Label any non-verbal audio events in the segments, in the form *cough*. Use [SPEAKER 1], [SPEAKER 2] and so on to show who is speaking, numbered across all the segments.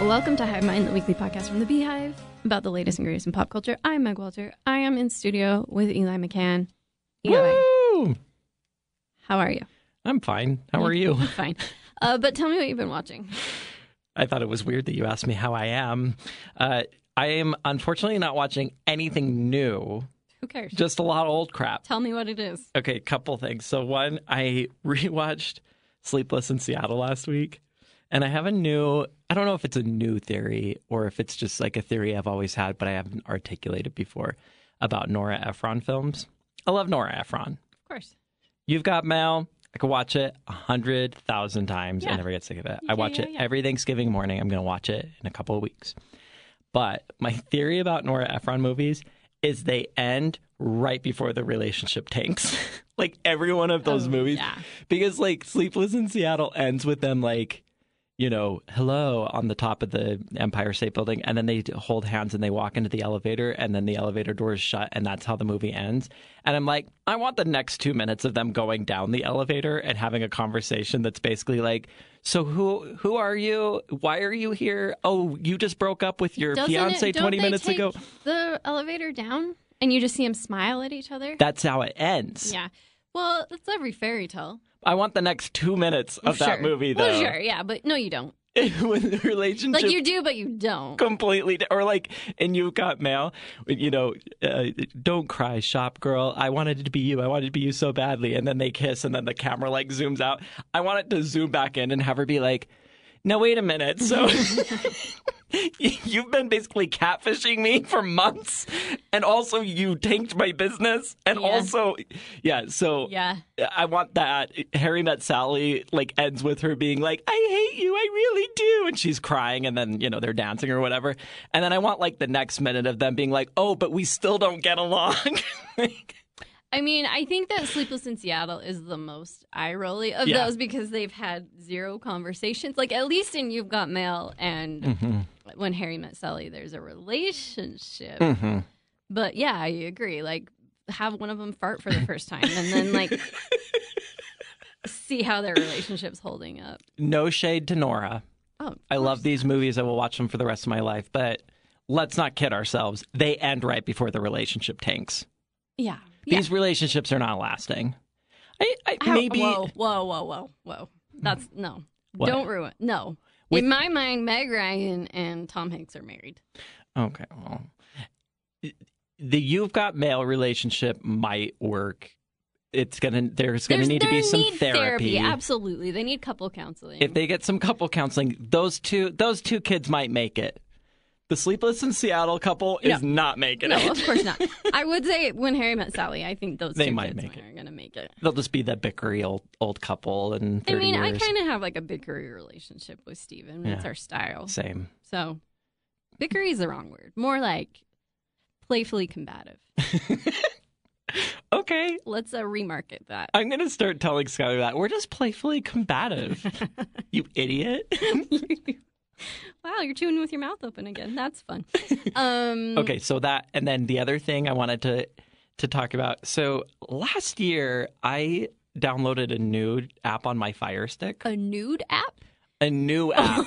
[SPEAKER 1] Welcome to Hive Mind, the weekly podcast from the Beehive about the latest and greatest in pop culture. I'm Meg Walter. I am in studio with Eli McCann. Eli,
[SPEAKER 2] Woo!
[SPEAKER 1] how are you?
[SPEAKER 2] I'm fine. How are you?
[SPEAKER 1] I'm *laughs* fine. Uh, but tell me what you've been watching. *laughs*
[SPEAKER 2] I thought it was weird that you asked me how I am. Uh, I am unfortunately not watching anything new,
[SPEAKER 1] Who cares?
[SPEAKER 2] just a lot of old crap.
[SPEAKER 1] tell me what it is.
[SPEAKER 2] Okay, couple things. So, one, I *laughs* rewatched Sleepless in Seattle last week, and I have a new, I don't know if it's a new theory or if it's just like a theory I've always had, but I haven't articulated before about Nora Ephron films. I love Nora Ephron.
[SPEAKER 1] Of course.
[SPEAKER 2] You've Got Mail. I could watch it a hundred thousand times
[SPEAKER 1] Yeah.
[SPEAKER 2] and never get sick of it.
[SPEAKER 1] Yeah,
[SPEAKER 2] I watch
[SPEAKER 1] yeah,
[SPEAKER 2] it
[SPEAKER 1] yeah.
[SPEAKER 2] every Thanksgiving morning. I'm going to watch it in a couple of weeks. But my theory about Nora Ephron movies is they end right before the relationship tanks. *laughs* like every one of those
[SPEAKER 1] Oh,
[SPEAKER 2] movies.
[SPEAKER 1] yeah.
[SPEAKER 2] Because like Sleepless in Seattle ends with them like, you know, hello on the top of the Empire State Building. And then they hold hands and they walk into the elevator and then the elevator door is shut. And that's how the movie ends. And I'm like, I want the next two minutes of them going down the elevator and having a conversation that's basically like, so who who are you? Why are you here? Oh, you just broke up with your
[SPEAKER 1] Doesn't it-
[SPEAKER 2] fiance
[SPEAKER 1] don't
[SPEAKER 2] 20
[SPEAKER 1] they
[SPEAKER 2] minutes
[SPEAKER 1] take
[SPEAKER 2] ago.
[SPEAKER 1] The elevator down, and you just see them smile at each other.
[SPEAKER 2] That's how it ends.
[SPEAKER 1] yeah. Well, that's every fairy tale.
[SPEAKER 2] I want the next two minutes of
[SPEAKER 1] sure.
[SPEAKER 2] that movie, though.
[SPEAKER 1] Well, sure, yeah, but no, you don't.
[SPEAKER 2] *laughs* when the relationship
[SPEAKER 1] Like you do, but you don't.
[SPEAKER 2] *laughs* completely di- or like and you've got mail you know uh, don't cry shop girl i wanted it to be you i wanted it to be you so badly and then they kiss and then the camera like zooms out i want it to zoom back in and have her be like no wait a minute so *laughs* you've been basically catfishing me for months and also you tanked my business and
[SPEAKER 1] Yeah.
[SPEAKER 2] also yeah so
[SPEAKER 1] Yeah.
[SPEAKER 2] I want that. Harry Met Sally like ends with her being like, "I hate you, I really do," and she's crying, and then you know they're dancing or whatever. And then I want like the next minute of them being like, "Oh, but we still don't get along." *laughs* Like,
[SPEAKER 1] I mean, I think that Sleepless in Seattle is the most eye rolly of
[SPEAKER 2] Yeah.
[SPEAKER 1] those because they've had zero conversations. Like at least in You've Got Mail and
[SPEAKER 2] Mm-hmm.
[SPEAKER 1] When Harry Met Sally, there's a relationship.
[SPEAKER 2] Mm-hmm.
[SPEAKER 1] But yeah, I agree. Like have one of them fart for the first time and then
[SPEAKER 2] *laughs*
[SPEAKER 1] like see how their relationship's holding up.
[SPEAKER 2] no shade to Nora.
[SPEAKER 1] Oh,
[SPEAKER 2] I love these movies. I will watch them for the rest of my life. But let's not kid ourselves. They end right before the relationship tanks.
[SPEAKER 1] yeah. Yeah.
[SPEAKER 2] These relationships are not lasting. I, I
[SPEAKER 1] How-
[SPEAKER 2] maybe
[SPEAKER 1] Whoa, whoa, whoa, whoa, whoa. That's no.
[SPEAKER 2] What?
[SPEAKER 1] Don't ruin. No.
[SPEAKER 2] With-
[SPEAKER 1] In my mind, Meg Ryan and Tom Hanks are married.
[SPEAKER 2] Okay. Well, the you've got male relationship might work. It's gonna. There's gonna
[SPEAKER 1] There's-
[SPEAKER 2] need to
[SPEAKER 1] there
[SPEAKER 2] be some
[SPEAKER 1] need
[SPEAKER 2] therapy.
[SPEAKER 1] Absolutely, they need couple counseling.
[SPEAKER 2] If they get some couple counseling, those two those two kids might make it. The sleepless in Seattle couple is not making
[SPEAKER 1] no,
[SPEAKER 2] it. *laughs*
[SPEAKER 1] of course not. I would say when Harry met Sally, I think those
[SPEAKER 2] They
[SPEAKER 1] two
[SPEAKER 2] might
[SPEAKER 1] kids
[SPEAKER 2] make it.
[SPEAKER 1] are going to make it.
[SPEAKER 2] They'll just be the bickery old old couple in
[SPEAKER 1] I
[SPEAKER 2] thirty
[SPEAKER 1] mean, I
[SPEAKER 2] years.
[SPEAKER 1] kind of have like a bickery relationship with Steven. It's
[SPEAKER 2] Yeah.
[SPEAKER 1] our style.
[SPEAKER 2] Same.
[SPEAKER 1] So, bickery is the wrong word. More like playfully combative.
[SPEAKER 2] Okay.
[SPEAKER 1] Let's uh, remarket
[SPEAKER 2] *laughs*
[SPEAKER 1] that.
[SPEAKER 2] I'm gonna start telling Skylar that we're just playfully
[SPEAKER 1] *laughs*
[SPEAKER 2] combative. you idiot.
[SPEAKER 1] wow, you're chewing with your mouth open again. That's
[SPEAKER 2] *laughs*
[SPEAKER 1] fun. Um,
[SPEAKER 2] Okay, so that and then the other thing I wanted to to talk about. So last year I downloaded a new app on my Fire Stick.
[SPEAKER 1] A nude app?
[SPEAKER 2] A
[SPEAKER 1] *laughs*
[SPEAKER 2] new app.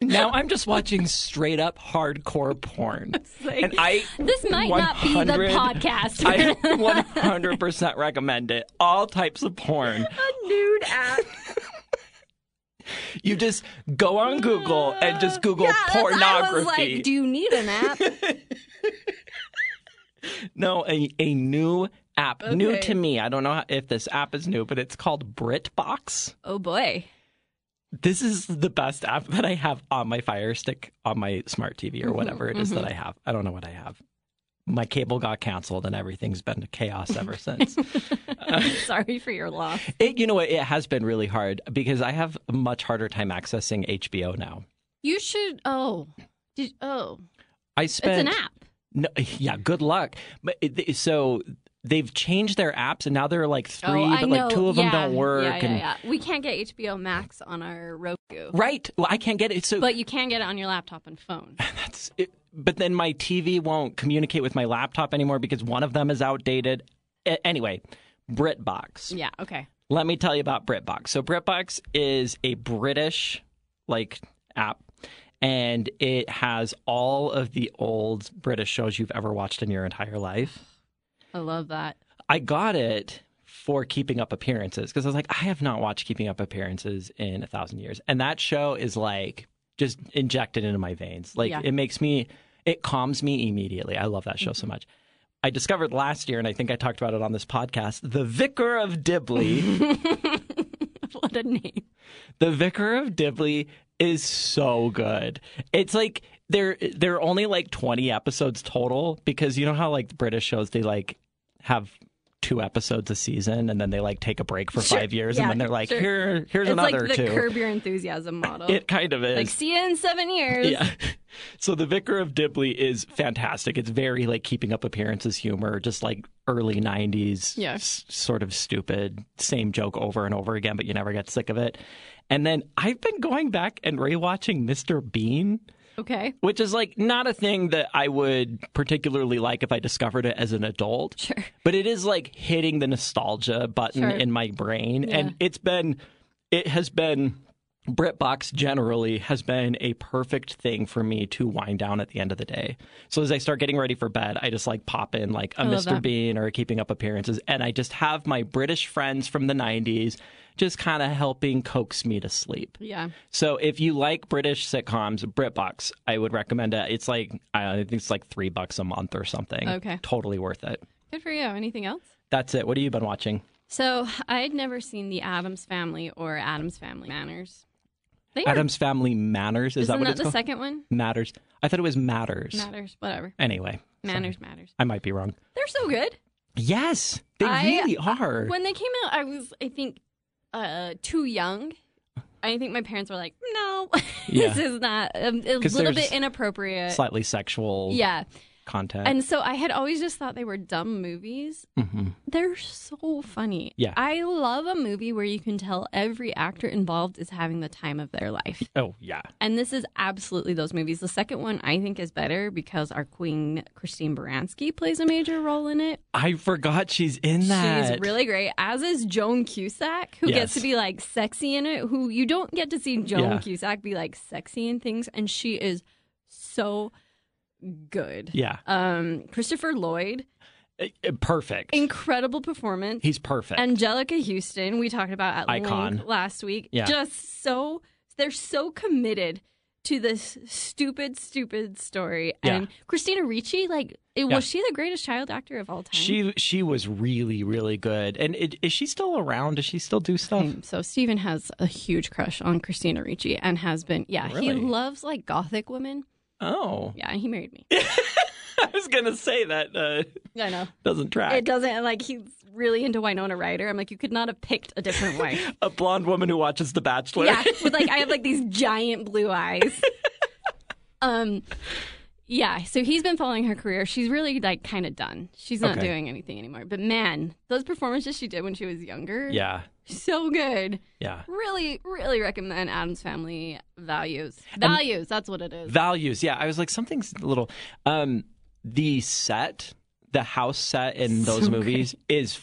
[SPEAKER 2] now I'm just watching straight up hardcore porn.
[SPEAKER 1] Like,
[SPEAKER 2] And I
[SPEAKER 1] this might not be the
[SPEAKER 2] 100
[SPEAKER 1] podcast. *laughs*
[SPEAKER 2] I 100% recommend it. All types of porn.
[SPEAKER 1] a nude app.
[SPEAKER 2] You just go on Google and just Google
[SPEAKER 1] Yeah, that's-
[SPEAKER 2] pornography.
[SPEAKER 1] I was like, do you need an *laughs* app?
[SPEAKER 2] No, a, a new app. New
[SPEAKER 1] Okay.
[SPEAKER 2] to me. I don't know how- if this app is new, but it's called BritBox.
[SPEAKER 1] oh *laughs* boy.
[SPEAKER 2] This is the best app *laughs* that I have on my Fire Stick, on my smart TV, or
[SPEAKER 1] Mm-hmm,
[SPEAKER 2] whatever it is that I have. I don't know what I have. My cable got canceled, and everything's been chaos
[SPEAKER 1] *laughs*
[SPEAKER 2] ever since.
[SPEAKER 1] Sorry for your loss.
[SPEAKER 2] it, you know what? It has been really hard because I have a much harder time accessing HBO now.
[SPEAKER 1] You should. Oh, did oh?
[SPEAKER 2] I
[SPEAKER 1] It's
[SPEAKER 2] spent
[SPEAKER 1] an app.
[SPEAKER 2] No, *laughs* yeah, good luck. But it, so they've changed their apps, and now there are like three,
[SPEAKER 1] oh, I
[SPEAKER 2] but
[SPEAKER 1] know.
[SPEAKER 2] like two of
[SPEAKER 1] yeah,
[SPEAKER 2] them don't work.
[SPEAKER 1] Yeah, yeah,
[SPEAKER 2] and
[SPEAKER 1] yeah. We can't get HBO Max on our Roku,
[SPEAKER 2] Right. Well, I can't get it. So,
[SPEAKER 1] but you can get it on your laptop and
[SPEAKER 2] *laughs*
[SPEAKER 1] phone.
[SPEAKER 2] that's it. but then my TV won't communicate with my laptop anymore because one of them is outdated. A- anyway, BritBox.
[SPEAKER 1] Yeah. Okay.
[SPEAKER 2] Let me tell you about BritBox. So BritBox is a British like app and it has all of the old British shows you've ever watched in your entire life.
[SPEAKER 1] I love
[SPEAKER 2] *laughs*
[SPEAKER 1] that. *laughs*
[SPEAKER 2] I got it for Keeping Up Appearances because I was like, I have not watched Keeping Up Appearances in a thousand years. And that show is like just injected into my veins. Like
[SPEAKER 1] Yeah.
[SPEAKER 2] it makes me, it calms me immediately. I love that show so much. I discovered last year, and I think I talked about it on this podcast, The Vicar of Dibley.
[SPEAKER 1] what a name.
[SPEAKER 2] the Vicar of Dibley is so good. It's like, there, there are only like 20 episodes total because you know how like British shows they like have two episodes a season and then they like take a break for
[SPEAKER 1] Sure.
[SPEAKER 2] five years
[SPEAKER 1] Yeah,
[SPEAKER 2] and then they're like
[SPEAKER 1] sure.
[SPEAKER 2] here here's
[SPEAKER 1] it's
[SPEAKER 2] another
[SPEAKER 1] like the
[SPEAKER 2] two
[SPEAKER 1] curb your enthusiasm model.
[SPEAKER 2] it kind of is
[SPEAKER 1] like see you in seven years.
[SPEAKER 2] yeah. *laughs* So the Vicar of Dibley is fantastic. It's very like keeping up appearances humor, just like early '90s,
[SPEAKER 1] Yeah.
[SPEAKER 2] s- sort of stupid, same joke over and over again, but you never get sick of it. And then I've been going back and rewatching Mr. Bean,
[SPEAKER 1] Okay.
[SPEAKER 2] which is like not a thing that I would particularly like if I discovered it as an adult.
[SPEAKER 1] Sure.
[SPEAKER 2] But it is like hitting the nostalgia button
[SPEAKER 1] Sure.
[SPEAKER 2] in my brain.
[SPEAKER 1] Yeah.
[SPEAKER 2] And it's been, it has been, BritBox generally has been a perfect thing for me to wind down at the end of the day. So as I start getting ready for bed, I just like pop in like a
[SPEAKER 1] I love
[SPEAKER 2] Mr.
[SPEAKER 1] that.
[SPEAKER 2] Bean or a Keeping Up Appearances. And I just have my British friends from the 90s just kind of helping coax me to sleep.
[SPEAKER 1] Yeah.
[SPEAKER 2] So if you like British sitcoms, BritBox, I would recommend it. It's like, I think it's like three bucks a month or something.
[SPEAKER 1] Okay.
[SPEAKER 2] Totally worth it.
[SPEAKER 1] Good for you. Anything else?
[SPEAKER 2] That's it. What have you been watching?
[SPEAKER 1] So I'd never seen the Adams Family or Adams Family Manners. They are-
[SPEAKER 2] Adam's Family Manners. Is
[SPEAKER 1] isn't
[SPEAKER 2] that what
[SPEAKER 1] that
[SPEAKER 2] it's
[SPEAKER 1] the
[SPEAKER 2] called?
[SPEAKER 1] second one?
[SPEAKER 2] Matters. I thought it was Matters.
[SPEAKER 1] Matters, whatever.
[SPEAKER 2] Anyway,
[SPEAKER 1] Manners matters.
[SPEAKER 2] I might be wrong.
[SPEAKER 1] They're so good.
[SPEAKER 2] Yes, they
[SPEAKER 1] I- uh,
[SPEAKER 2] really are.
[SPEAKER 1] When they came out, I was, I think, uh, too young. I think my parents were like, "No, *laughs*
[SPEAKER 2] Yeah.
[SPEAKER 1] this is not um, a
[SPEAKER 2] 'Cause
[SPEAKER 1] little
[SPEAKER 2] there's
[SPEAKER 1] bit inappropriate."
[SPEAKER 2] Slightly sexual
[SPEAKER 1] yeah,
[SPEAKER 2] content.
[SPEAKER 1] and so I had always just thought they were dumb movies.
[SPEAKER 2] Mhm.
[SPEAKER 1] They're so funny.
[SPEAKER 2] Yeah.
[SPEAKER 1] I love a movie where you can tell every actor involved is having the time of their life.
[SPEAKER 2] Oh yeah,
[SPEAKER 1] And this is absolutely those movies. The second one I think is better because our queen Christine Baranski plays a major role in it.
[SPEAKER 2] I forgot she's in that.
[SPEAKER 1] She's really great, as is Joan Cusack, who
[SPEAKER 2] Yes.
[SPEAKER 1] gets to be like sexy in it. Who you don't get to see Joan
[SPEAKER 2] Yeah.
[SPEAKER 1] Cusack be like sexy in things, and she is so good.
[SPEAKER 2] Yeah,
[SPEAKER 1] Um, Christopher Lloyd,
[SPEAKER 2] Uh, uh, perfect.
[SPEAKER 1] incredible performance.
[SPEAKER 2] He's perfect.
[SPEAKER 1] Angelica Houston, we talked about at
[SPEAKER 2] Icon.
[SPEAKER 1] length last week.
[SPEAKER 2] Yeah.
[SPEAKER 1] Just so they're so committed to this stupid, stupid story.
[SPEAKER 2] Yeah.
[SPEAKER 1] And Christina Ricci, like, it,
[SPEAKER 2] Yeah.
[SPEAKER 1] was she the greatest child actor of all time?
[SPEAKER 2] she she was really really good. And it, is she still around? Does she still do stuff?
[SPEAKER 1] Um, So Steven has a huge crush on Christina Ricci and has been. Yeah, he
[SPEAKER 2] Really?
[SPEAKER 1] loves like gothic women.
[SPEAKER 2] Oh, *laughs*
[SPEAKER 1] Yeah, and he married me.
[SPEAKER 2] I was gonna say that uh,
[SPEAKER 1] *laughs* I know.
[SPEAKER 2] doesn't track.
[SPEAKER 1] It doesn't like he's really into Winona Ryder. I'm like, you could not have picked a different
[SPEAKER 2] *laughs*
[SPEAKER 1] wife.
[SPEAKER 2] A blonde woman who watches The Bachelor.
[SPEAKER 1] yeah, with like I have like these giant blue
[SPEAKER 2] *laughs*
[SPEAKER 1] eyes. um, yeah. So he's been following her career. She's really like kind of done. She's not
[SPEAKER 2] Okay.
[SPEAKER 1] doing anything anymore. But man, those performances she did when she was younger,
[SPEAKER 2] *laughs* yeah,
[SPEAKER 1] so good.
[SPEAKER 2] yeah.
[SPEAKER 1] Really, really recommend Adam's Family Values. Values. that's what it is.
[SPEAKER 2] values yeah i was like something's a little um the set the house set in those
[SPEAKER 1] So
[SPEAKER 2] movies is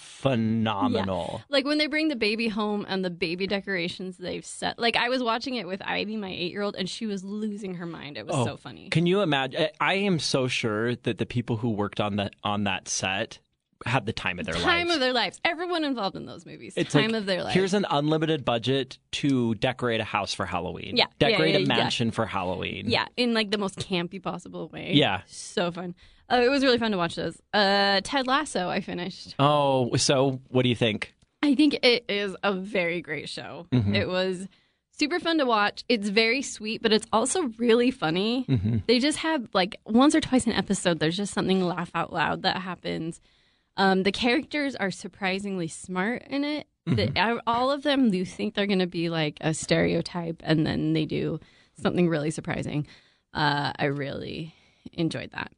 [SPEAKER 2] phenomenal
[SPEAKER 1] Like when they bring the baby home and the baby decorations they've set. Like I was watching it with Ivy, my eight year old, and she was losing her mind. It was
[SPEAKER 2] Oh,
[SPEAKER 1] so funny.
[SPEAKER 2] can you imagine i am so sure that the people who worked on that on that set had the time of their
[SPEAKER 1] Time
[SPEAKER 2] lives
[SPEAKER 1] of their lives. Everyone involved in those movies.
[SPEAKER 2] It's
[SPEAKER 1] time
[SPEAKER 2] like,
[SPEAKER 1] of their lives.
[SPEAKER 2] here's an unlimited budget to decorate a house for halloween
[SPEAKER 1] Yeah, yeah,
[SPEAKER 2] decorate
[SPEAKER 1] yeah, yeah.
[SPEAKER 2] a mansion for halloween
[SPEAKER 1] Yeah, in like the most campy possible way.
[SPEAKER 2] Yeah.
[SPEAKER 1] So fun. Uh, it was really fun to watch those. Uh, Ted Lasso, I finished.
[SPEAKER 2] oh so what do you think
[SPEAKER 1] I think it is a very great show. It was super fun to watch. It's very sweet, but it's also really funny. They just have like once or twice an episode, there's just something laugh out loud that happens. Um, the characters are surprisingly smart in it. The, I- all of them, you think they're going to be like a stereotype, and then they do something really surprising. Uh, I really enjoyed that.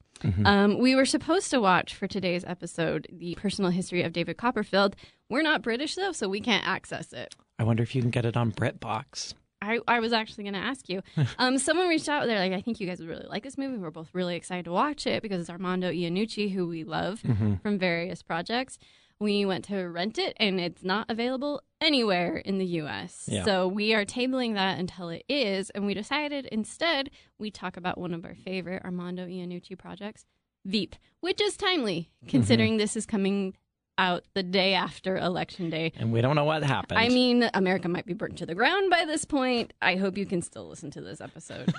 [SPEAKER 1] Um, we were supposed to watch for today's episode the personal history of David Copperfield. We're not British though, so we can't access it.
[SPEAKER 2] i wonder if you can get it on britbox
[SPEAKER 1] I, I was actually going to ask you. Um, someone reached out. They're like, I think you guys would really like this movie. We're both
[SPEAKER 2] Mm-hmm.
[SPEAKER 1] really excited to watch it because it's Armando Iannucci, who we love from various projects. We went to rent it and it's not available anywhere in the US.
[SPEAKER 2] Yeah.
[SPEAKER 1] So we are tabling that until it is. And we decided instead we talk about one of our favorite Armando Iannucci projects, Veep, which is timely considering this is coming out the day after Election Day.
[SPEAKER 2] And we don't know what happened.
[SPEAKER 1] I mean, America might be burnt to the ground by this point. I hope you can still listen to this episode.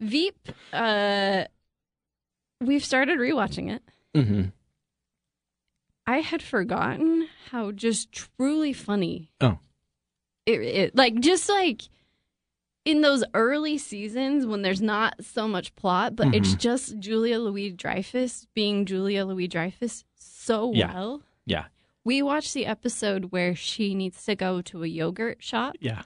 [SPEAKER 1] Veep, uh, we've started rewatching it.
[SPEAKER 2] hmm
[SPEAKER 1] I had forgotten how just truly funny.
[SPEAKER 2] Oh.
[SPEAKER 1] It, it like just like in those early seasons when there's not so much plot, but it's
[SPEAKER 2] Mhm.
[SPEAKER 1] just Julia Louis Dreyfus being Julia Louis Dreyfus so
[SPEAKER 2] Yeah.
[SPEAKER 1] well.
[SPEAKER 2] Yeah.
[SPEAKER 1] We watched the episode where she needs to go to a yogurt shop
[SPEAKER 2] yeah,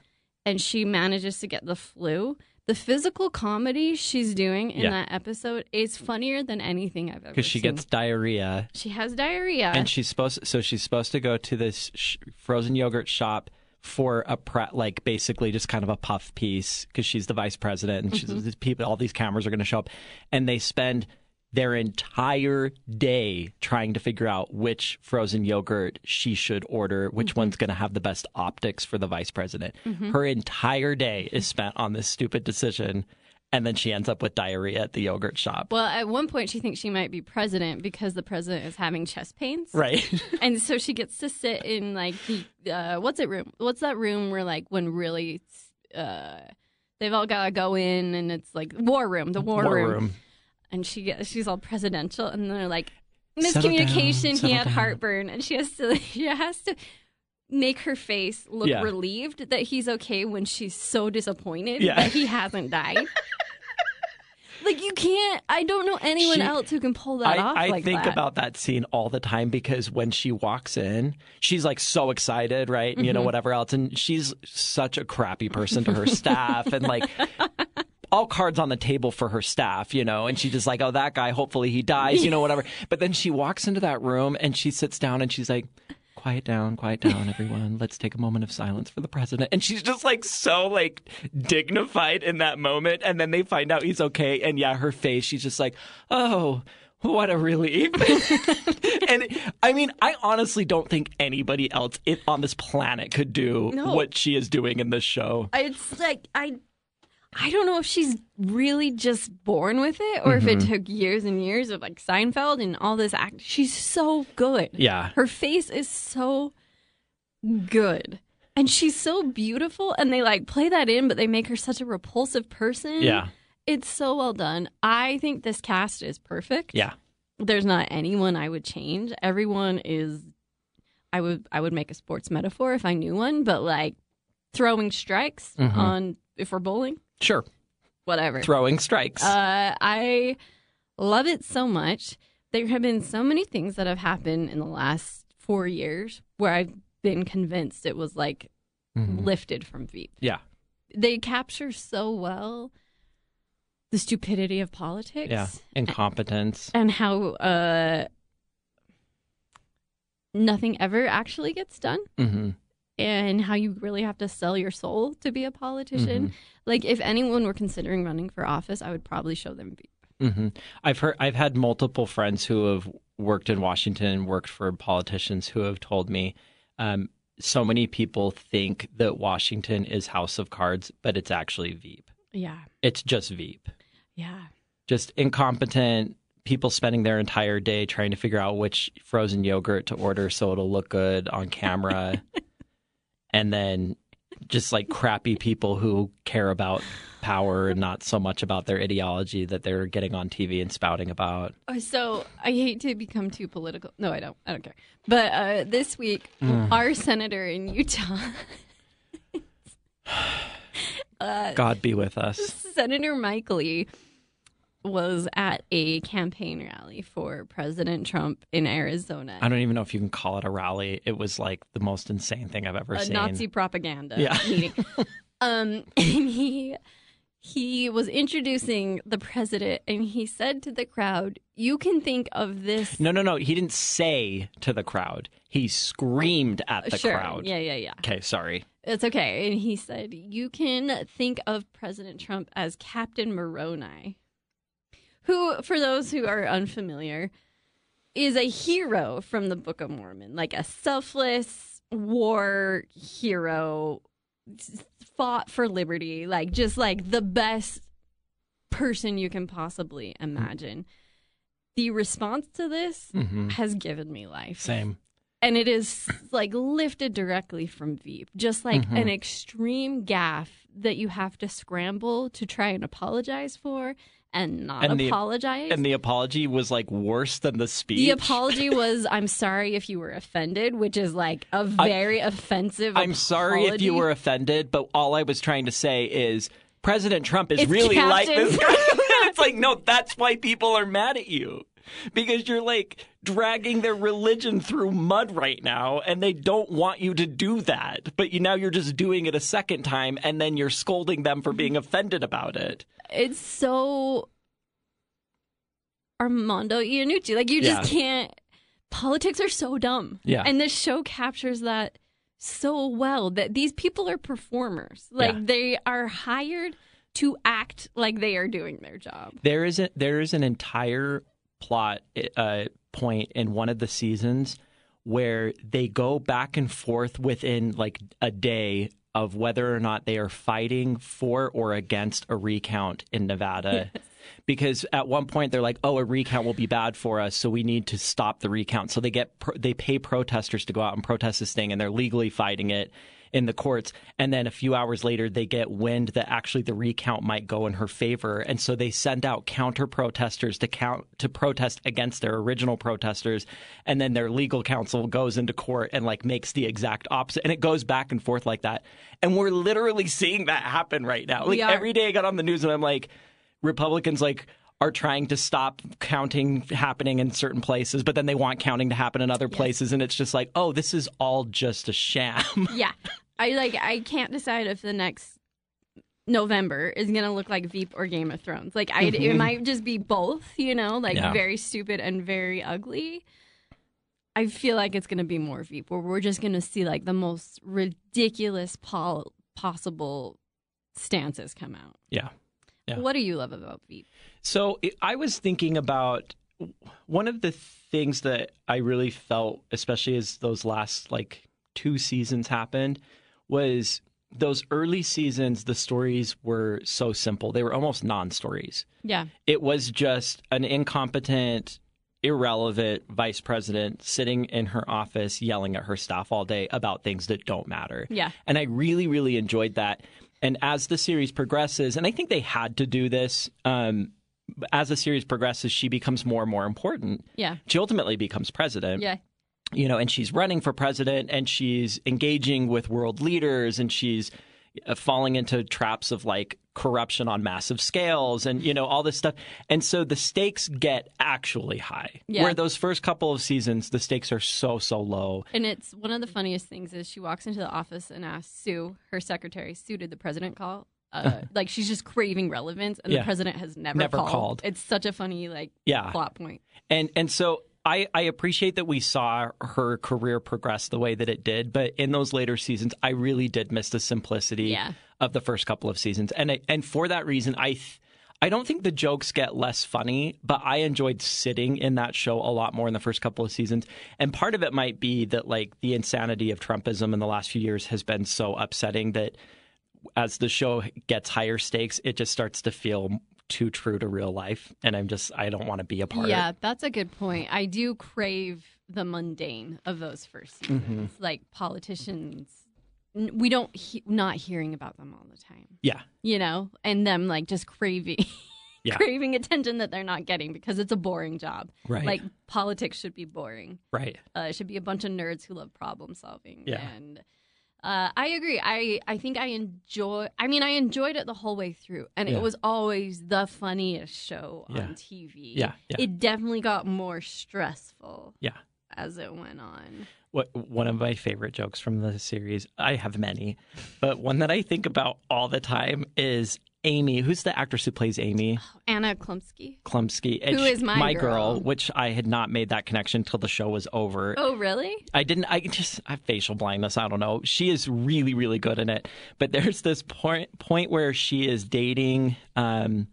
[SPEAKER 1] and she manages to get the flu. The physical comedy she's doing in
[SPEAKER 2] Yeah.
[SPEAKER 1] that episode is funnier than anything I've ever
[SPEAKER 2] because she
[SPEAKER 1] seen.
[SPEAKER 2] gets diarrhea,
[SPEAKER 1] she has diarrhea.
[SPEAKER 2] and she's supposed. So she's supposed to go to this sh- frozen yogurt shop for a pre, like basically just kind of a puff piece, because she's the vice president, and she's these people. All these cameras are going to show up, and they spend their entire day trying to figure out which frozen yogurt she should order, which one's going to have the best optics for the vice president. Her entire day is spent on this stupid decision. And then she ends up with diarrhea at the yogurt shop.
[SPEAKER 1] well, at one point, she thinks she might be president because the president is having chest pains,
[SPEAKER 2] Right.
[SPEAKER 1] *laughs* and so she gets to sit in like the uh, what's it room? What's that room where like when really uh, they've all got to go in, and it's like war room, the war, room. and she gets she's all presidential and they're like
[SPEAKER 2] Settle down,
[SPEAKER 1] miscommunication
[SPEAKER 2] settle
[SPEAKER 1] he had
[SPEAKER 2] down."
[SPEAKER 1] heartburn and she has to *laughs* she has to make her face look
[SPEAKER 2] Yeah.
[SPEAKER 1] relieved that he's okay when she's so disappointed
[SPEAKER 2] Yeah.
[SPEAKER 1] that he hasn't
[SPEAKER 2] *laughs*
[SPEAKER 1] died like you can't i don't know anyone
[SPEAKER 2] She-
[SPEAKER 1] else who can pull that off
[SPEAKER 2] I, I
[SPEAKER 1] like
[SPEAKER 2] think
[SPEAKER 1] that
[SPEAKER 2] about that scene all the time because when she walks in, she's like so excited, right? And, You
[SPEAKER 1] Mm-hmm.
[SPEAKER 2] know, whatever else. And she's such a crappy person to her staff and
[SPEAKER 1] *laughs*
[SPEAKER 2] like all cards on the table for her staff, you know. And she's just like, oh, that guy, hopefully he dies, you know, whatever. But then she walks into that room and she sits down and she's like, Quiet down, quiet down, everyone. Let's take a moment of silence for the president. And she's just like so like dignified in that moment. And then they find out he's okay. And yeah, her face, she's just like, oh, what a relief. *laughs* and I mean, I honestly don't think anybody else i- on this planet could do
[SPEAKER 1] No.
[SPEAKER 2] what she is doing in this show.
[SPEAKER 1] it's like i i don't know if she's really just born with it or if it
[SPEAKER 2] Mm-hmm.
[SPEAKER 1] took years and years of like seinfeld and all this act she's so good
[SPEAKER 2] Yeah.
[SPEAKER 1] Her face is so good. And she's so beautiful and they like play that in but they make her such a repulsive person.
[SPEAKER 2] Yeah.
[SPEAKER 1] It's so well done. I think this cast is perfect.
[SPEAKER 2] Yeah.
[SPEAKER 1] There's not anyone I would change. Everyone is I would I would make a sports metaphor if I knew one, but like throwing strikes
[SPEAKER 2] Mhm.
[SPEAKER 1] on if we're bowling,
[SPEAKER 2] Sure.
[SPEAKER 1] whatever.
[SPEAKER 2] Throwing strikes.
[SPEAKER 1] Uh, I love it so much. There have been so many things that have happened in the last four years where I've been convinced it was like
[SPEAKER 2] Mhm.
[SPEAKER 1] lifted from Veep.
[SPEAKER 2] Yeah.
[SPEAKER 1] They capture so well the stupidity of politics
[SPEAKER 2] Yeah. Incompetence.
[SPEAKER 1] and how uh, nothing ever actually gets done
[SPEAKER 2] hmm
[SPEAKER 1] and how you really have to sell your soul to be a politician. Like, if anyone were considering running for office, I would probably show them Veep.
[SPEAKER 2] hmm I've heard. I've had multiple friends who have worked in Washington and worked for politicians who have told me. Um, so many people think that Washington is House of Cards, but it's actually Veep.
[SPEAKER 1] Yeah.
[SPEAKER 2] It's just Veep.
[SPEAKER 1] Yeah.
[SPEAKER 2] just incompetent people spending their entire day trying to figure out which frozen yogurt to order so it'll look good on
[SPEAKER 1] *laughs*
[SPEAKER 2] camera and then just like crappy people who care about power and not so much about their ideology that they're getting on TV and spouting about.
[SPEAKER 1] Oh, So I hate to become too political. No, I don't. I don't care. But uh, this week,
[SPEAKER 2] Mm.
[SPEAKER 1] our senator in Utah, *laughs* uh,
[SPEAKER 2] God be with us.
[SPEAKER 1] Senator Mike Lee, was at a campaign rally for President Trump in Arizona.
[SPEAKER 2] I don't even know if you can call it a rally. It was like the most insane thing I've ever
[SPEAKER 1] a
[SPEAKER 2] seen.
[SPEAKER 1] Nazi propaganda
[SPEAKER 2] Yeah.
[SPEAKER 1] *laughs* meeting. um, and he he was introducing the president, and he said to the crowd, "You can think of this."
[SPEAKER 2] No, no, no. He didn't say to the crowd. He screamed at the
[SPEAKER 1] Uh, sure.
[SPEAKER 2] crowd.
[SPEAKER 1] Yeah, yeah, yeah.
[SPEAKER 2] Okay, sorry.
[SPEAKER 1] It's okay. And he said, You can think of President Trump as Captain Moroni, who, for those who are unfamiliar, is a hero from the Book of Mormon, like a selfless war hero, s- fought for liberty, like just like the best person you can possibly imagine. The response to this
[SPEAKER 2] hmm
[SPEAKER 1] has given me life.
[SPEAKER 2] Same.
[SPEAKER 1] And it is like lifted directly from Veep, just like
[SPEAKER 2] Mm-hmm.
[SPEAKER 1] an extreme gaff that you have to scramble to try and apologize for and not
[SPEAKER 2] And the-
[SPEAKER 1] apologize.
[SPEAKER 2] And the apology was like worse than the speech.
[SPEAKER 1] The apology
[SPEAKER 2] *laughs*
[SPEAKER 1] was, I'm sorry if you were offended, which is like a
[SPEAKER 2] I-
[SPEAKER 1] very offensive.
[SPEAKER 2] I'm sorry if
[SPEAKER 1] apology.
[SPEAKER 2] you were offended, but all I was trying to say is President Trump is
[SPEAKER 1] It's
[SPEAKER 2] really
[SPEAKER 1] Captain-
[SPEAKER 2] like
[SPEAKER 1] *laughs*
[SPEAKER 2] this guy. *laughs* it's like, no, that's why people are mad at you. Because you're like dragging their religion through mud right now, and they don't want you to do that. But you now you're just doing it a second time, and then you're scolding them for being offended about it.
[SPEAKER 1] It's so Armando Iannucci. Like you just
[SPEAKER 2] Yeah.
[SPEAKER 1] can't. Politics are so dumb.
[SPEAKER 2] Yeah.
[SPEAKER 1] And this show captures that so well that these people are performers. Like
[SPEAKER 2] Yeah.
[SPEAKER 1] they are hired to act like they are doing their job.
[SPEAKER 2] There is a, there is an entire plot uh, point in one of the seasons where they go back and forth within like a day of whether or not they are fighting for or against a recount in Nevada. Because at one point they're like, "Oh, a recount will be bad for us, so we need to stop the recount." So they get pro- they pay protesters to go out and protest this thing, and they're legally fighting it in the courts. And then a few hours later, they get wind that actually the recount might go in her favor, and so they send out counter protesters to count to protest against their original protesters. And then their legal counsel goes into court and like makes the exact opposite, and it goes back and forth like that. And we're literally seeing that happen right now. Like
[SPEAKER 1] We are.
[SPEAKER 2] every day, I got on the news and I'm like, Republicans like. Are trying to stop counting happening in certain places, but then they want counting to happen in other places. And it's just like, oh, this is all just a sham. *laughs*
[SPEAKER 1] yeah. I like I can't decide if the next November is gonna look like Veep or Game of Thrones. Like I
[SPEAKER 2] *laughs*
[SPEAKER 1] it might just be both, you know, like
[SPEAKER 2] Yeah.
[SPEAKER 1] very stupid and very ugly. I feel like it's gonna be more Veep where we're just gonna see like the most ridiculous pol- possible stances come out.
[SPEAKER 2] Yeah. Yeah.
[SPEAKER 1] What do you love about Veep?
[SPEAKER 2] So it- I was thinking about one of the things that I really felt, especially as those last like two seasons happened, was those early seasons, the stories were so simple. They were almost non stories.
[SPEAKER 1] Yeah.
[SPEAKER 2] It was just an incompetent, irrelevant vice president sitting in her office yelling at her staff all day about things that don't matter.
[SPEAKER 1] Yeah.
[SPEAKER 2] And I really, really enjoyed that. And as the series progresses, and I think they had to do this, um, as the series progresses, she becomes more and more important.
[SPEAKER 1] Yeah.
[SPEAKER 2] She ultimately becomes president,
[SPEAKER 1] Yeah.
[SPEAKER 2] you know, and she's running for president and she's engaging with world leaders and she's uh, falling into traps of like corruption on massive scales and, you know, all this stuff. And so the stakes get actually high.
[SPEAKER 1] Yeah.
[SPEAKER 2] Where those first couple of seasons, the stakes are so, so low.
[SPEAKER 1] And it's one of the funniest things is she walks into the office and asks Sue, her secretary, Sue, did the president call? Uh, like she's just craving relevance, and
[SPEAKER 2] Uh-huh. Yeah.
[SPEAKER 1] the president has never,
[SPEAKER 2] Never
[SPEAKER 1] called.
[SPEAKER 2] called.
[SPEAKER 1] It's such a funny like
[SPEAKER 2] Yeah.
[SPEAKER 1] plot point.
[SPEAKER 2] And and so I, I appreciate that we saw her career progress the way that it did, but in those later seasons, I really did miss the simplicity
[SPEAKER 1] Yeah.
[SPEAKER 2] of the first couple of seasons, and I, and for that reason, I th- I don't think the jokes get less funny, but I enjoyed sitting in that show a lot more in the first couple of seasons, and part of it might be that like the insanity of Trumpism in the last few years has been so upsetting that as the show gets higher stakes, it just starts to feel too true to real life, and I'm just I don't want to be a part of it.
[SPEAKER 1] Yeah, that's a good point. I do crave the mundane of those first
[SPEAKER 2] Mm-hmm.
[SPEAKER 1] seasons, like politicians. n- We don't he- not hearing about them all the time,
[SPEAKER 2] Yeah.
[SPEAKER 1] you know, and them like just craving. *laughs*
[SPEAKER 2] Yeah.
[SPEAKER 1] craving attention that they're not getting because it's a boring job.
[SPEAKER 2] Right.
[SPEAKER 1] Like politics should be boring.
[SPEAKER 2] Right.
[SPEAKER 1] Uh, it should be a bunch of nerds who love problem solving.
[SPEAKER 2] Yeah.
[SPEAKER 1] And uh, I agree. I, I think I enjoy. I mean, I enjoyed it the whole way through, and
[SPEAKER 2] Yeah.
[SPEAKER 1] it was always the funniest show
[SPEAKER 2] Yeah.
[SPEAKER 1] on TV.
[SPEAKER 2] Yeah, yeah.
[SPEAKER 1] It definitely got more stressful
[SPEAKER 2] Yeah.
[SPEAKER 1] as it went on.
[SPEAKER 2] What one of my favorite jokes from the series, I have many, but one that I think about all the time is Amy, who's the actress who plays Amy
[SPEAKER 1] Anna Klumsky.
[SPEAKER 2] Klumsky,
[SPEAKER 1] Who
[SPEAKER 2] she-
[SPEAKER 1] is my
[SPEAKER 2] girl.
[SPEAKER 1] girl.
[SPEAKER 2] which I had not made that connection till the show was over.
[SPEAKER 1] Oh, really?
[SPEAKER 2] I didn't. I just I have facial blindness. I don't know. She is really, really good in it. But there's this point point where she is dating um,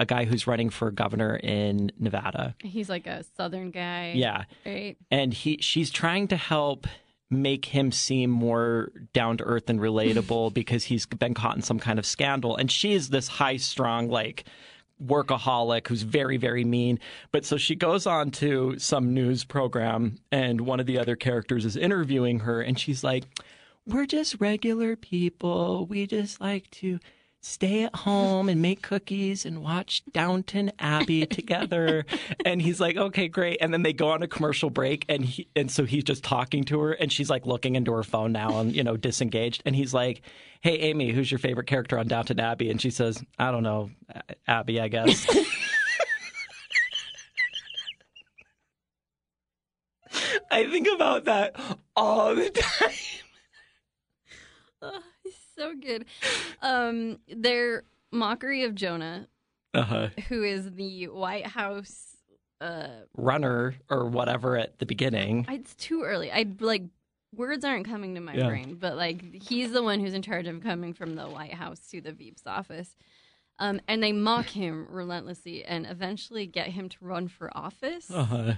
[SPEAKER 2] a guy who's running for governor in Nevada.
[SPEAKER 1] He's like a southern guy.
[SPEAKER 2] Yeah,
[SPEAKER 1] Right?
[SPEAKER 2] and he she's trying to help make him seem more down to earth and relatable because he's been caught in some kind of scandal and she is this high strung like workaholic who's very very mean but so she goes on to some news program and one of the other characters is interviewing her and she's like we're just regular people we just like to stay at home and make cookies and watch Downton Abbey together. and he's like, okay, great. And then they go on a commercial break, and he and so he's just talking to her, and she's like looking into her phone now and you know disengaged. And he's like, hey, Amy, who's your favorite character on Downton Abbey? And she says, I don't know, A- Abby, I guess. I think about that all the time.
[SPEAKER 1] Oh, he's so good. Um, their mockery of Jonah,
[SPEAKER 2] Uh-huh.
[SPEAKER 1] who is the White House. Uh,
[SPEAKER 2] Runner or whatever at the beginning.
[SPEAKER 1] it's too early. I like words aren't coming to my
[SPEAKER 2] Yeah.
[SPEAKER 1] brain, but like he's the one who's in charge of coming from the White House to the Veep's office. Um, and they mock him relentlessly and eventually get him to run for office.
[SPEAKER 2] Uh-huh.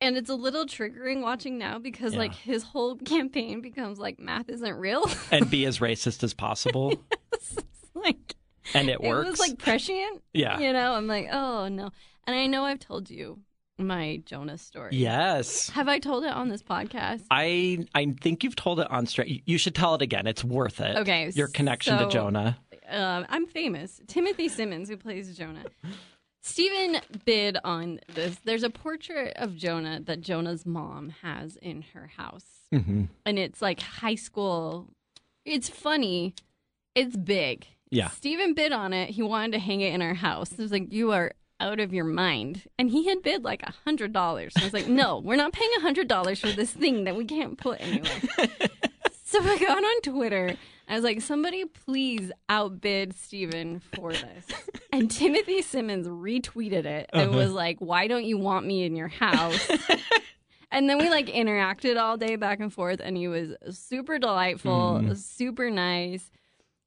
[SPEAKER 1] And it's a little triggering watching now because
[SPEAKER 2] Yeah.
[SPEAKER 1] like his whole campaign becomes like math isn't real. *laughs*
[SPEAKER 2] and be as racist as possible,
[SPEAKER 1] it's like
[SPEAKER 2] and it works.
[SPEAKER 1] it was like prescient.
[SPEAKER 2] yeah.
[SPEAKER 1] You know, I'm like, oh no. And I know I've told you my Jonah story.
[SPEAKER 2] Yes.
[SPEAKER 1] Have I told it on this podcast?
[SPEAKER 2] I I think you've told it on straight. You should tell it again. It's worth it.
[SPEAKER 1] Okay,
[SPEAKER 2] Your connection
[SPEAKER 1] so-
[SPEAKER 2] to Jonah.
[SPEAKER 1] um, I'm famous. Timothy Simmons, who plays Jonah. Stephen bid on this. There's a portrait of Jonah that Jonah's mom has in her house.
[SPEAKER 2] Mm-hmm.
[SPEAKER 1] And it's like high school. It's funny. It's big.
[SPEAKER 2] Yeah.
[SPEAKER 1] Stephen bid on it. He wanted to hang it in our house. It was like, you are out of your mind. And he had bid like a $100. I was like, no, we're not paying a $100 for this thing that we can't put anywhere. So *laughs* I got on Twitter. I was like, somebody please outbid Steven for
[SPEAKER 2] *laughs*
[SPEAKER 1] this. And Timothy Simmons retweeted it
[SPEAKER 2] Uh-huh.
[SPEAKER 1] and was like, why don't you want me in your
[SPEAKER 2] *laughs*
[SPEAKER 1] house? and then we like interacted all day back and forth, and he was super delightful,
[SPEAKER 2] Mm.
[SPEAKER 1] super nice.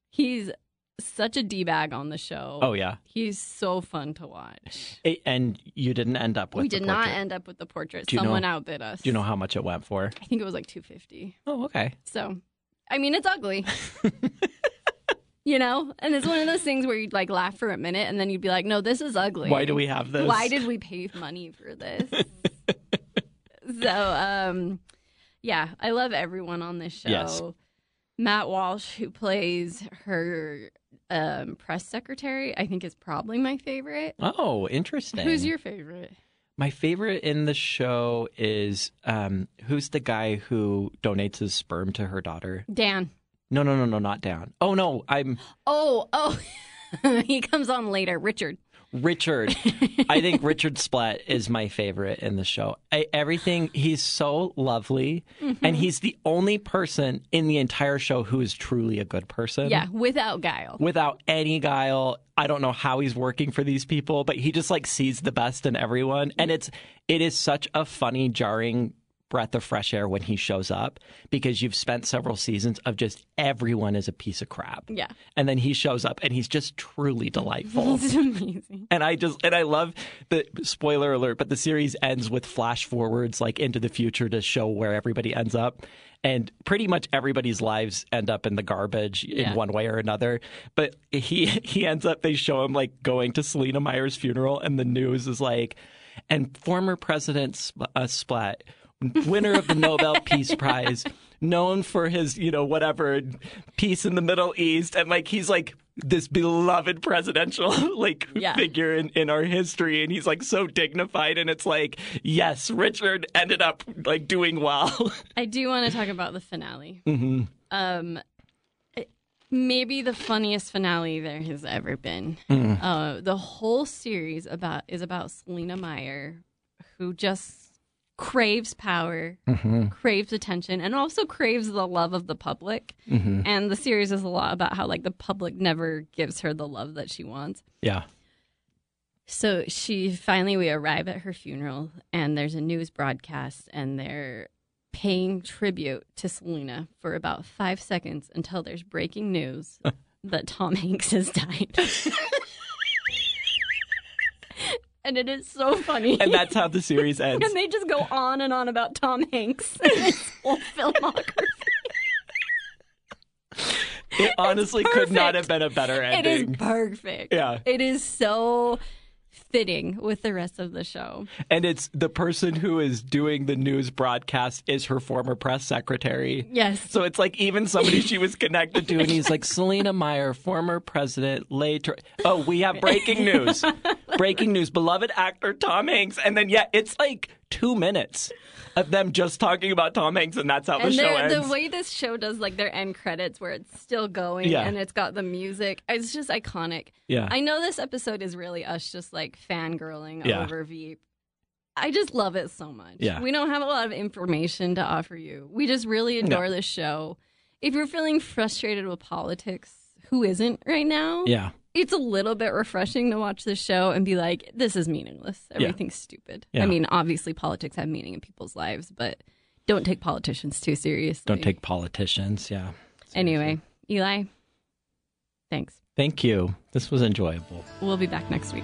[SPEAKER 1] He's such a D bag on the show.
[SPEAKER 2] Oh yeah.
[SPEAKER 1] He's so fun to watch.
[SPEAKER 2] It- and you didn't end up with.
[SPEAKER 1] we
[SPEAKER 2] the
[SPEAKER 1] did not
[SPEAKER 2] portrait.
[SPEAKER 1] end up with the portrait.
[SPEAKER 2] Do you know-
[SPEAKER 1] Someone outbid us.
[SPEAKER 2] Do you know how much it went for?
[SPEAKER 1] I think it was like 250.
[SPEAKER 2] Oh okay.
[SPEAKER 1] So, I mean, it's
[SPEAKER 2] *laughs*
[SPEAKER 1] ugly. you know? And it's one of those things where you'd like laugh for a minute and then you'd be like, no, this is ugly.
[SPEAKER 2] Why do we have this?
[SPEAKER 1] Why did we pay money for
[SPEAKER 2] *laughs*
[SPEAKER 1] this? so, um, yeah, I love everyone on this show.
[SPEAKER 2] Yes.
[SPEAKER 1] Matt Walsh, who plays her um, press secretary, I think is probably my favorite.
[SPEAKER 2] Oh, interesting.
[SPEAKER 1] Who's your favorite?
[SPEAKER 2] My favorite in the show is um, who's the guy who donates his sperm to her daughter?
[SPEAKER 1] Dan.
[SPEAKER 2] No, no, no, no, not down. Oh no, I'm
[SPEAKER 1] Oh, oh. *laughs* he comes on later. Richard. *laughs*
[SPEAKER 2] Richard. I think Richard Splatt is my favorite in the show. I, everything he's so lovely,
[SPEAKER 1] Mm-hmm.
[SPEAKER 2] and he's the only person in the entire show who is truly a good person.
[SPEAKER 1] Yeah, without guile.
[SPEAKER 2] Without any guile, I don't know how he's working for these people, but he just like sees the best in everyone, and it's it is such a funny, jarring breath of fresh air when he shows up because you've spent several seasons of just everyone is a piece of crap.
[SPEAKER 1] Yeah.
[SPEAKER 2] And then he shows up and he's just truly
[SPEAKER 1] *laughs*
[SPEAKER 2] delightful.
[SPEAKER 1] It's amazing.
[SPEAKER 2] And I just and I love the spoiler alert, but the series ends with flash forwards like into the future to show where everybody ends up. And pretty much everybody's lives end up in the garbage
[SPEAKER 1] Yeah.
[SPEAKER 2] in one way or another. But he *laughs* he ends up they show him like going to Selena Meyer's funeral and the news is like and former president Spl- uh, Splat winner
[SPEAKER 1] *laughs*
[SPEAKER 2] of the Nobel Peace Prize, known for his, you know, whatever peace in the Middle East. And like, he's like this beloved presidential *laughs* like
[SPEAKER 1] Yeah.
[SPEAKER 2] figure in, in our history. And he's like so dignified. And it's like, yes, Richard ended up like doing well. *laughs*
[SPEAKER 1] I do want to talk about the finale. Mm-hmm. Um, it- maybe the funniest finale there has ever been. Uh, the whole series about is about Selena Meyer, who just craves power, craves attention, and also craves the love of the public. And the series is a lot about how like the public never gives her the love that she wants.
[SPEAKER 2] yeah.
[SPEAKER 1] So she finally we arrive at her funeral and there's a news broadcast and they're paying tribute to Selena for about 5
[SPEAKER 2] *laughs*
[SPEAKER 1] seconds until there's breaking news that Tom Hanks has died. *laughs* and it is so funny.
[SPEAKER 2] And that's how the series ends.
[SPEAKER 1] *laughs* And they just go on and on about Tom Hanks *laughs* and his whole
[SPEAKER 2] *laughs*
[SPEAKER 1] filmography.
[SPEAKER 2] It honestly could not
[SPEAKER 1] perfect.
[SPEAKER 2] have been a better
[SPEAKER 1] It
[SPEAKER 2] ending.
[SPEAKER 1] is perfect.
[SPEAKER 2] Yeah.
[SPEAKER 1] It is so fitting with the rest of the show.
[SPEAKER 2] And it's the person who is doing the news broadcast is her former press secretary.
[SPEAKER 1] Yes.
[SPEAKER 2] So it's like even somebody she was connected to, and he's like Selena Meyer, former president, later. Oh, we have breaking *laughs* news! breaking news, beloved actor Tom Hanks, and then yeah, it's like two minutes of them just talking about Tom Hanks, and that's how the
[SPEAKER 1] and
[SPEAKER 2] show
[SPEAKER 1] they're-
[SPEAKER 2] ends.
[SPEAKER 1] the way this show does like their end credits where it's still going
[SPEAKER 2] Yeah.
[SPEAKER 1] and it's got the music it's just iconic
[SPEAKER 2] Yeah.
[SPEAKER 1] i know this episode is really us just like fangirling
[SPEAKER 2] Yeah.
[SPEAKER 1] over veep i just love it so much
[SPEAKER 2] Yeah.
[SPEAKER 1] we don't have a lot of information to offer you we just really adore this show if you're feeling frustrated with politics who isn't right now
[SPEAKER 2] yeah,
[SPEAKER 1] it's a little bit refreshing to watch this show and be like, this is meaningless.
[SPEAKER 2] Yeah.
[SPEAKER 1] Everything's stupid.
[SPEAKER 2] Yeah.
[SPEAKER 1] I mean, obviously, politics have meaning in people's lives, but don't take politicians too seriously.
[SPEAKER 2] don't take politicians. Yeah.
[SPEAKER 1] Anyway, Eli, thanks.
[SPEAKER 2] Thank you. This was enjoyable.
[SPEAKER 1] We'll be back next week.